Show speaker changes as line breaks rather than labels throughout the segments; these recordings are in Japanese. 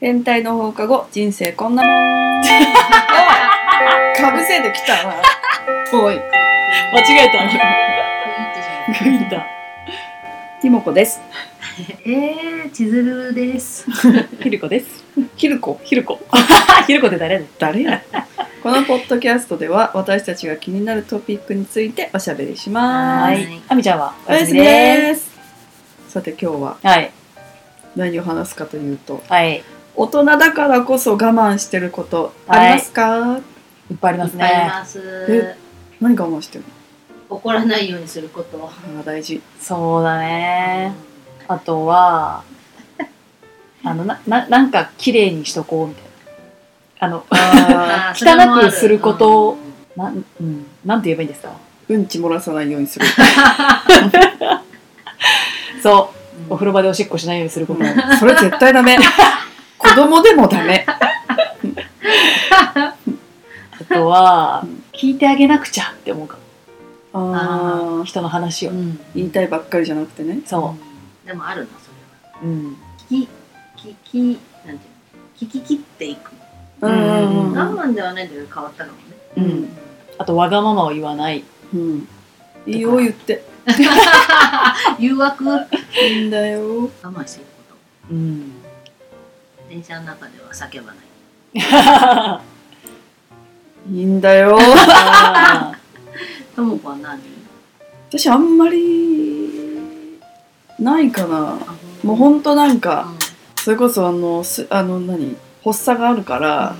天体の放課後、人生こんなもん。かぶせてきたな。おい。
間違えた。グインだ。
ティモコです。
えー、千鶴です。
ひるこです。
キルコ。
ひるこ。 ひるこって誰だ
誰や。このポッドキャストでは、私たちが気になるトピックについておしゃべりしま
は
は
す。
い
い。
あみちゃんは
おやすみ
で
です。さて、今日は
す。はい。
何を話すかというと、
はい。いっ
大人だからこそ我慢してることありますか、
ぱいあります
いっぱいあり
ね。
ます。
何我慢してる
怒らないようにすること。
のあー大事。
そうだね。あと は、あの、な、ななんか綺麗にしとこうみたいな。あの、
あーそれもあ
汚くすることを、なん、うん、なんて言えばいいんです か
うんち漏らさないようにする。
そうう。
ん
お風呂場でおしっこしないようにすること。
それ絶対ダ メ。子供でもダメ。
あとは
うん、
聞いてあげなくちゃって思うか
あ
も。
ー
人の話を
う。ん
言いたいばっかりじゃなくてね。
そ
でもあるなそれは。
う。うん。
聞き聞きなんていうの聞き切っていく。
うんうん
我慢ではないんだけど変わったかもね。
う
うんん。
あと、わがままを言わない。
うん。いいよ言って。
誘惑我
いいんだよ。
慢しているこ
うん。
と。電車の中では叫ばない。
いいんだ よ。
あ
ともこは何？
私あんまりないかな。
あ
もうほんとなんか、それこそあの、すあの何発作があるから、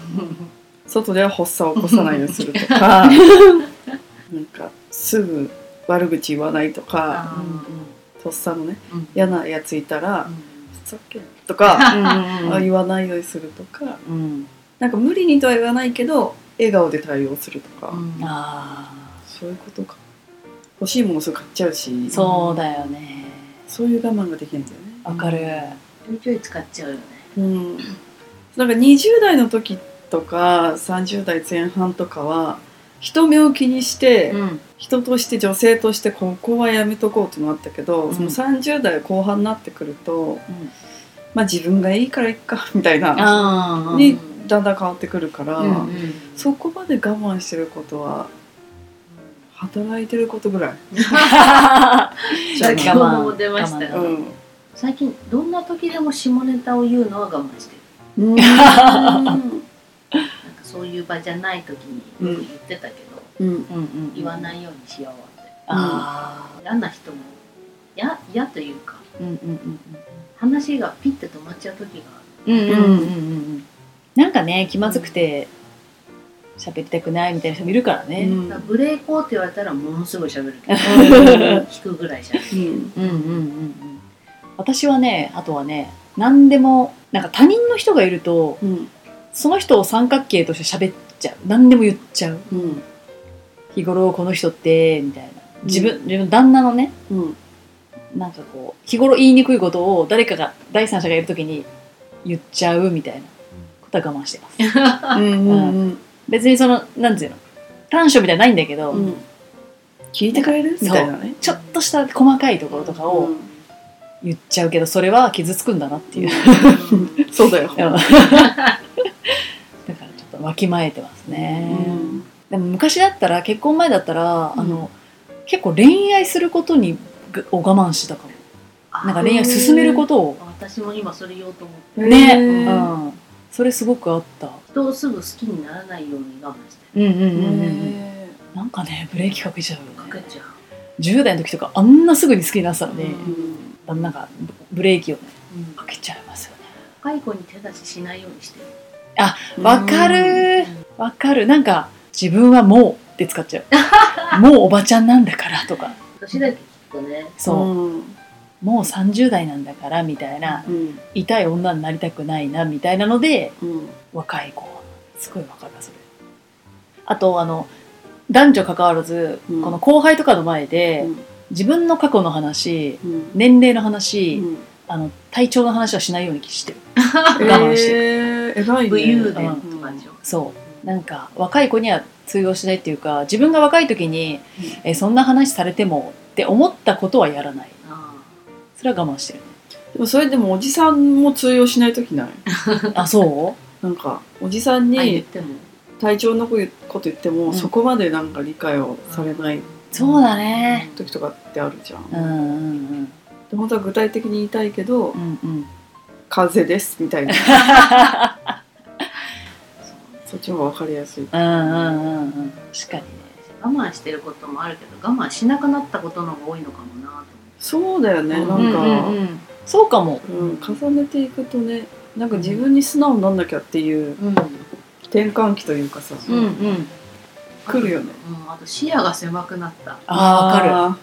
外では発作を起こさないようにすると か、なんかすぐ悪口言わないとか、
あ
とっさのね、
うんうん
嫌なやついたら、
う
ふざけんとか、
ー
あ言わないようにするとか、
うん。
なんか無理にとは言わないけど、笑顔で対応するとか、
んうん
あ
そういうことか。欲しいものすぐ買っちゃうし、
ーそうだよね。
そういう我慢ができないんだよね。
わかる。
ちょいちょい使っちゃうよね。
うん。なんか20代の時とか、30代前半とかは、人目を気にして、
うん。
人として女性としてここはやめとこうとなったけど、
うん
その30代後半になってくると
うん
まあ自分がいいからいっかみたいな
あー
にだんだん変わってくるから、
うんうん
そこまで我慢してることは働いてることぐらい、じゃあ
先ほども出ました
我
よ
慢
う
我
ん
最近どんな時でも下ネタを言うのは我慢してる
うん、
なんかそういう場じゃない時によく言ってたけど、
うん、
慢うんうんうん
言わないようにしようって
あ
嫌な人も嫌嫌というか
ーうんうん
話がピッて止まっちゃう時が
うんうんうんうんうんうんなんかね気まずくて喋りたくないみたいな人もいるから
う
ね。
ある、
ん
ブレーコーって言われたらものすごい喋る けど引くぐらい喋る
うん
うんうんうんうん私はねあとはね何でもなんか他人の人がいると
うん
その人を三角形として喋っちゃう何でも言っちゃう
うん
日頃この人ってみたいな自分、
う
自分旦那のね
うん
なんかこう日頃言いにくいことを誰かが第三者がいる時に言っちゃうみたいなことは我慢してます
うんうん
別にそのなんていうの短所みたいなのないんだけど、
うん聞いてくれるみたいなね
ちょっとした細かいところとか
う
を
ん
言っちゃうけどそれは傷つくんだなっていう、
うん
そうだよ、
だからちょっとわきまえてますね、
うん
でも昔だったら結婚前だったら、
うん
あの結構恋愛することにがを我慢してたかもなんか恋愛進めることを、
私も今それ言おうと思って
ね
へ
う
ー
ん、それすごくあった
人をすぐ好きにならないように我慢し
う
て
んうん
うん
なんかねブレーキかけちゃう
るか
よ
け
ね
ちゃう
10代の時とかあんなすぐに好きになってたのに、
うん
なんかブレーキをね
うん
かけちゃいますよね
若い子に手出ししないようにしてる
わかるわかるなんか自分はもうって使っちゃ うもうおばちゃんなんだからとか
年だけ聞くとね
そう、
うん
もう30代なんだからみたいな
うん
痛い女になりたくないなみたいなので
うん
若い子はすごいわかるなそれあとあの男女関わらず、
うん
この後輩とかの前で、
うん
自分の過去の話
うん
年齢の話、
うん
あの体調の話はしないようにしてる
我慢してる。えー、偉いね。
武勇
で
伝とかでしょ、
そうなんか若い子には通用しないっていうか自分が若い時に、えそんな話されてもって思ったことはやらない
あ
それは我慢してる
でもそれでもおじさんも通用しない時ない
あそ
なんかおじさん
あ言っ
に
ても
体調のこと言っても、
ん
そこまでなんか理解をされないう
そうだね
時とかってあるじゃん、
うんうん
で本当は具体的に言いたいけど、
うんうんうん
風邪ですみた いなそっちの方が分かりやすい
うんうんうんうん確かにね
我慢してることもあるけど我慢しなくなったことの方が多いのかもなと思
そうだよねなんか、
うん
うんうん、そうかも
うん、重ねていくとねなんか自分に素直になんなきゃっていう
うん、
転換期というかさ、
うんうん
来るよね
うん、あと視野が狭くなった、
あーわか
あ
うん、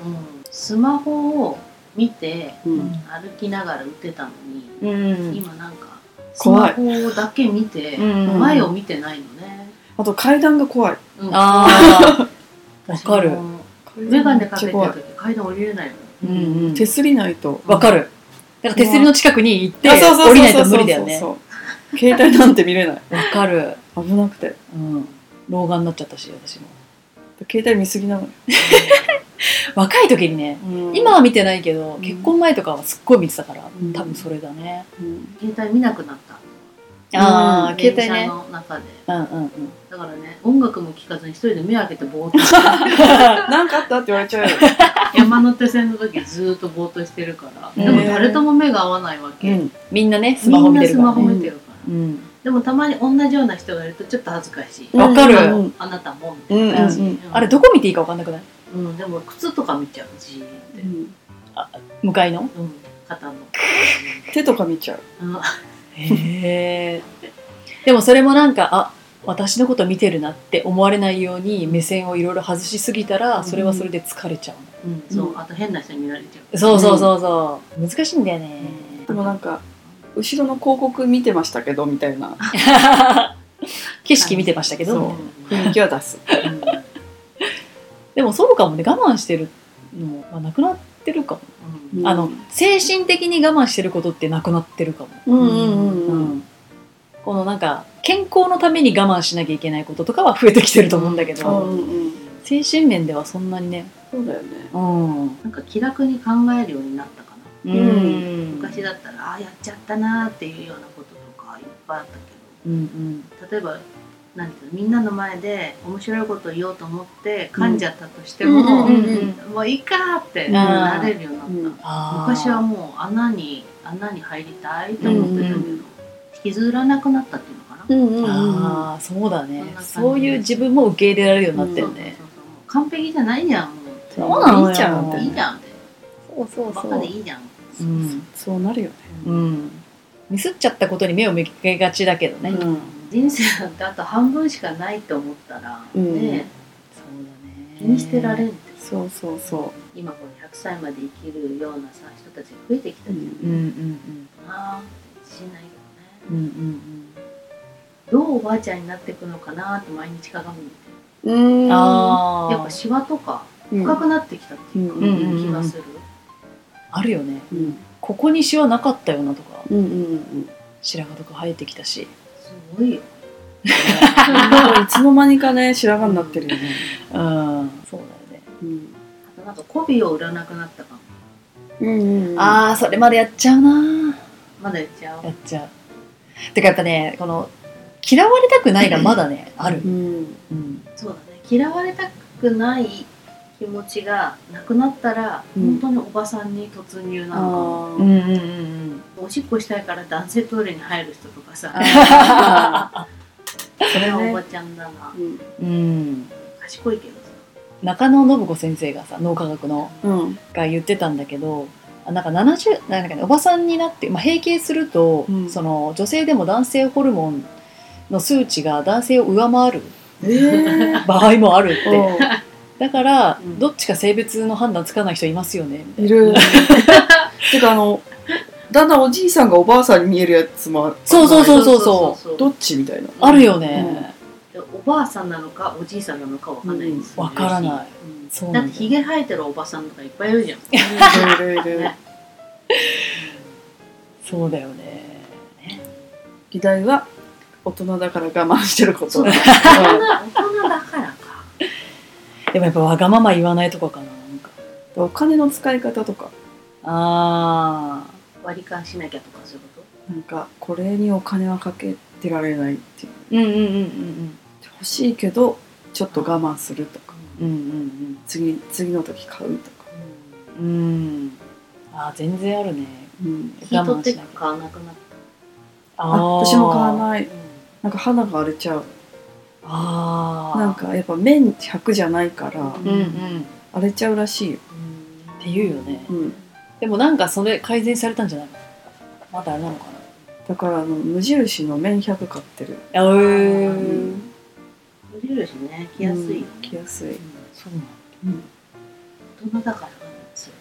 スマホを見て
ーうん、
歩きながら打てたのに、
るうん
今なんかス
怖
マ
い
ホだけ見て、
うん
前を見てないのね、
あと階段が怖い
うん
あ あわかる
私も眼鏡かけてる
めっちゃ
時階段降りれないの
うんうん
怖い手すりないと
わかるだから手すりの近くに行って
あそうそうそうそう
降りないと無理だよね
そうそう携帯なんて見れない
わかる
危なくて
うん老眼になっちゃったし私も
携帯見すぎなのよ、
若い時にね今は見てないけど、結婚前とかはすっごい見てたから、
うん
多分それだね、
うん
携帯見なくなった
ああ
電
携帯
車
ね
の中で
うんうんうん
だからね音楽も聴かずに一人で目開けてぼーっとしてる
なんかあったって言われちゃうよ
山手線の時ずーっとぼーっとしてるから
へー
でも誰とも目が合わないわけ、
うん
みんなねスマ
み
ホ
ん
見
な
てる
ス
から、
マ
ね、
ホ見てるから、
うん
でもたまに同じような人がいるとちょっと恥ずかしい、
わかる
うん
あなたもみた
う
い
んうん
な感じ、
うん
あれどこ見ていいかわかんなくない
うん、でも靴とか見ちゃうじーって、うん
向かいの
肩の、
手とか見ちゃう
うん、
へえでもそれもなんかあ私のこと見てるなって思われないように目線をいろいろ外しすぎたらそれはそれで疲れちゃう、
うん、そうあと変な人に見られちゃう
そうそうそうそう、難しいんだよね、
でもなんか後ろの広告見てましたけどみたいな
景色見てましたけど、
そう雰囲気は出す
うん
でもそうかもね我慢してるのはなくなってるかも、
うん
あの精神的に我慢してることってなくなってるかも
うんうんうんうん
このなんか健康のために我慢しなきゃいけないこととかは増えてきてると思うんだけ
う
ど、
んうんうん
精神面ではそんなにね
そうだよね
うん、うん
なんか気楽に考えるようになったかな昔だったらああやっちゃったなーっていうようなこととかいっぱいあったけ
うんうん
ど例えばなんていうのみんなの前で面白いことを言おうと思って噛んじゃったとしても、
うんうん
もういいかーってなれるようになった、
うん
あー
昔はもう穴に穴に入りたいと思ってたけど、
うんうん
引きずらなくなったっていうのかな、
うんうんうん
あーそうだね
そんな感じ
そういう自分も受け入れられるようになって
そう
る
そうそう
ね、
そうもう完璧じゃないじゃんもう
そうなのよ
いいじゃんって
いいじゃんって
そうそう
バカでいいじゃんって
うん、
そうなるよね
うん、ミスっちゃったことに目を向けがちだけどね、
うん
人生なんてあと半分しかないと思ったら、
うん
ね
そうだね
気にしてられんって、
そうそうそ
今この100歳まで生きるようなさ人たちが増えてきた
う
じ
うんうんうん
ゃんな自信ないけどね
うんうん
どうおばあちゃんになっていくのかなって毎日鏡見て
う
うんんあ
やっぱ
ー
シワとか
うん
深くなってきたっていうか、
うんうん
うんうん
気がする、
あるよね
うん
ここにシワなかったよなとか
うんうんうん
白髪とか生えてきたし
す ごいよ
なんかいつの間にかね白髪になってるよね
うんそうだよね
うん
あとなんか媚びを売らなくなったかも
うんうんうん
ああそれまでやっちゃうな
まだ言っちゃう
やっちゃうてかやっぱねこの嫌われたくないがまだねある
う、ん
うん、
そうだね嫌われたくない気持ちがなくなったら、
うん
本当におばさんに突入なのかも
あ
うんうんうん
おしっこしたいから男性トイレに入る人とかさ
あ
それは
ね
おばちゃんだな
うん
うんうん
賢いけどさ
中野信子先生がさ脳科学の
うん
が言ってたんだけどあなんか70なんか、ね、おばさんになって、まあ、閉経すると、
うん
その女性でも男性ホルモンの数値が男性を上回る
え
場合もあるって、
え
だから、
うん
どっちか性別の判断つかない人いますよね
いるてかあのだんだんおじいさんがおばあさんに見えるやつもある
そうそうそう
そう
どっちみたいな
あるよね、
おばあさんなのかおじいさんなのかわかんないんですよ
わからない
うん
そう
だ
な
っ
ん
て
だ
ひ
よ
げ生えてるおばさんとかいっぱいいるじゃん
いるいるいる
ね
そうだよね
議題は大人だから我慢してること
そう
う
だ
ん
大人だからか
でもやっぱわがまま言わないとかかななんか
お金の使い方とか
あ
割り勘しなきゃとかそういうこ
なんかこれにお金はかけてられないっていう
うんうんうん
欲しいけどちょっと我慢するとか
うんうんうん
次次の時買うとか、
と、
うんうんあー全然あるね
うん、
ヒー
我
ト
慢
テ
し
ッ
な
ク買わなくなっ
あ私も買わな
た、
いなんか肌が荒れちゃう
あー
なんかやっぱ綿100じゃないから
うんうん
荒れちゃうらしいよ、
って言うよね
うん、
でもなんかそれ改善されたんじゃないのまだあれなのか
だからあの無印の綿100買ってる
なあえ
う
無印ね着やすいよね、
うん着やす
う
い
ん
そうなの
大人だからそう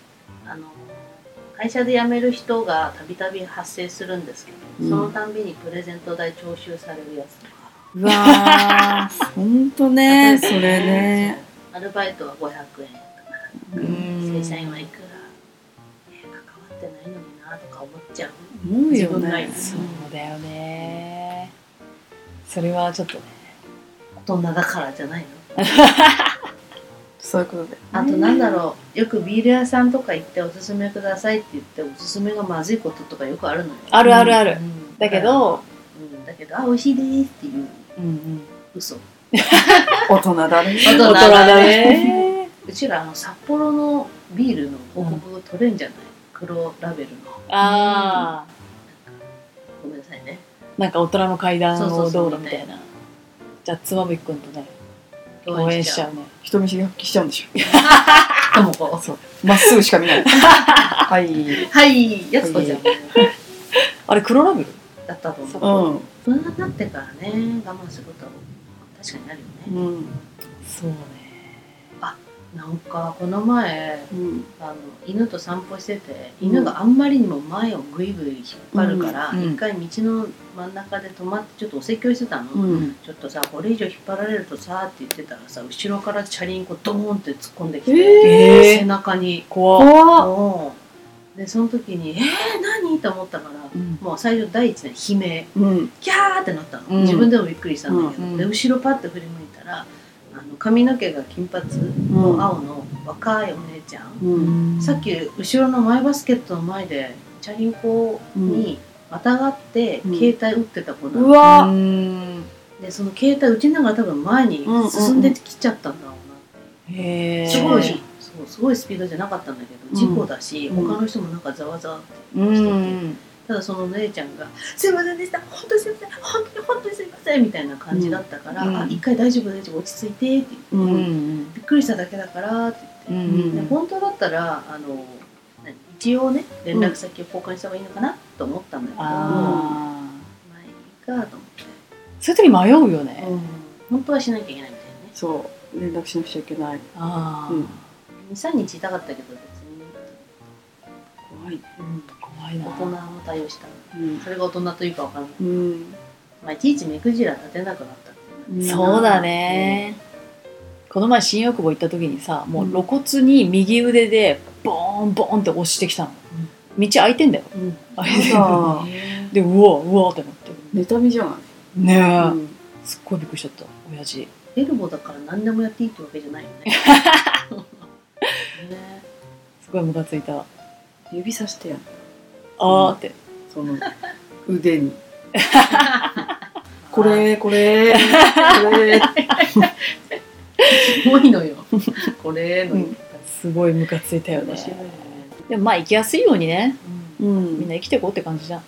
あの会社で辞める人がたびたび発生するんですけど、
うん
そのたんびにプレゼント代徴収されるやつとか、
うわ ーほんとねそれね
そうアルバイトは500円とか
うん
正社員はいくら、えー関わってないのになとか思っちゃう
思うよ
自分ない
ね
です
そうだよねそれはちょっとね
大人だからじゃないの
そういうことで
あとなんだろうよくビール屋さんとか行っておすすめくださいって言っておすすめがまずいこととかよくあるのよ
あるあるある、
うん
だけど、
うん、だけどあ美味しいですっていう
うんうん、
嘘
大人だね
大
大人
人だ
だ
ね
うちらあの札幌のビールの報告取れんじゃない、黒ラベルの
ああ
ごめんなさいね
なんか大人の階段
そうそ
を
うそう
どうだみたいなじゃあつまみっくんとね応
応
援
援
し
し
ち
ち
ゃ
ゃう
うね
人見知り発揮しちゃうんでしょ
ともこ
まっすぐしか見ないはい
はいやつこちゃんも
あれ黒ラベル
だったと
う
思う
ん
大人になってからね我慢することは確かになるよね、
うん
そうね
なんかこの前
うん
あの犬と散歩してて犬があんまりにも前をぐいぐい引っ張るから、
うんうん
一回道の真ん中で止まってちょっとお説教してたの、
うん
ちょっとさこれ以上引っ張られるとさって言ってたらさ後ろからチャリンコドーンって突っ込んできて、
えー
背中に。
怖っ
怖っ
うんでその時に「えー、何?」と思ったから
うん
もう最初第一ね悲鳴
うん
キャーってなったの、
うん
自分でもびっくりしたんだけど、
うん
で後ろパッと振り向いたらあの髪の毛が金髪
うん
の青の若いお姉ちゃん、
うん
さっき後ろのマイバスケットの前でチャリンコにまたがって
うん
携帯打ってた子な
う
の、
は
わ
でその携帯打ちながら多分前に進んできちゃったんだろ
へ
う
え
な、
す
すごいそうすごいスピードじゃなかったんだけど事故だし、
うん
他の人もなんかざわざわ
うん
ただその姉ちゃんが「すいませんでした本当にすいません本当に本当にすいません」みたいな感じだったから「
うん
あ一回大丈夫大丈夫落ち着いて」って言って
う
うんん
びっくりしただけだからって
う
言って、
ん
で本当だったらあの何一応ね連絡先を交換した方がいいのかなと思ったんだけど、
ああ
まあいいかと思って、
そういう時迷うよね
本当はしなきゃいけないみたいなね
そう連絡しなくちゃいけない
ああ
うん
23日痛かったけど別に、
怖いね
怖いな
大人の対応した
うん
それが大人というかわからない、
うん
まあ、いちいち目くじら立てなくなったっていう
うん
そうだね、この前新大久保行った時にさもう露骨に右腕でボーンボーンって押してきたの、道空いてんだよ
うん
空い
や
てるの
だ
でうわうわってなって
妬みじゃない
ねえ、
うん
すっごいびっくりしちゃった親父
エルボーだから何でもやっていいってわけじゃないよね ね
すごいムカついた
指さしてやん
あーって、
その腕 にこれこれこれ
すごいのよ これの言い方
すごいムカついたよね
面白いね
でもまあ生きやす いようにね
う
みん
ん
な生きていこうって感じじゃん、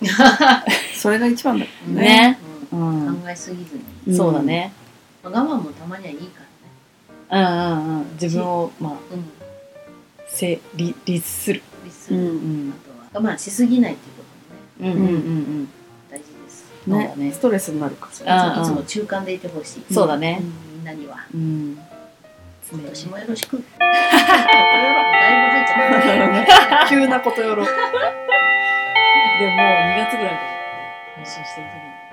それが一番だ
うん
ねう
うんん考えすぎず
う
に、
ん
そうだね
まあ我慢もたまにはいいから
うん
ね
うんうん自分をまあ
うん
せり律する、
律する、
うん
うん
あとは我慢しすぎないっていうこともね
うんうんうんうん
大事です
そうだね
ストレスになるか
そう
ああ
いつも中間でいてほしい
そうだね
んみんなには
うん
今年もよろしく だいぶ入っちゃ った
ら急なことよろ
でもう2月ぐらいから配信してる時に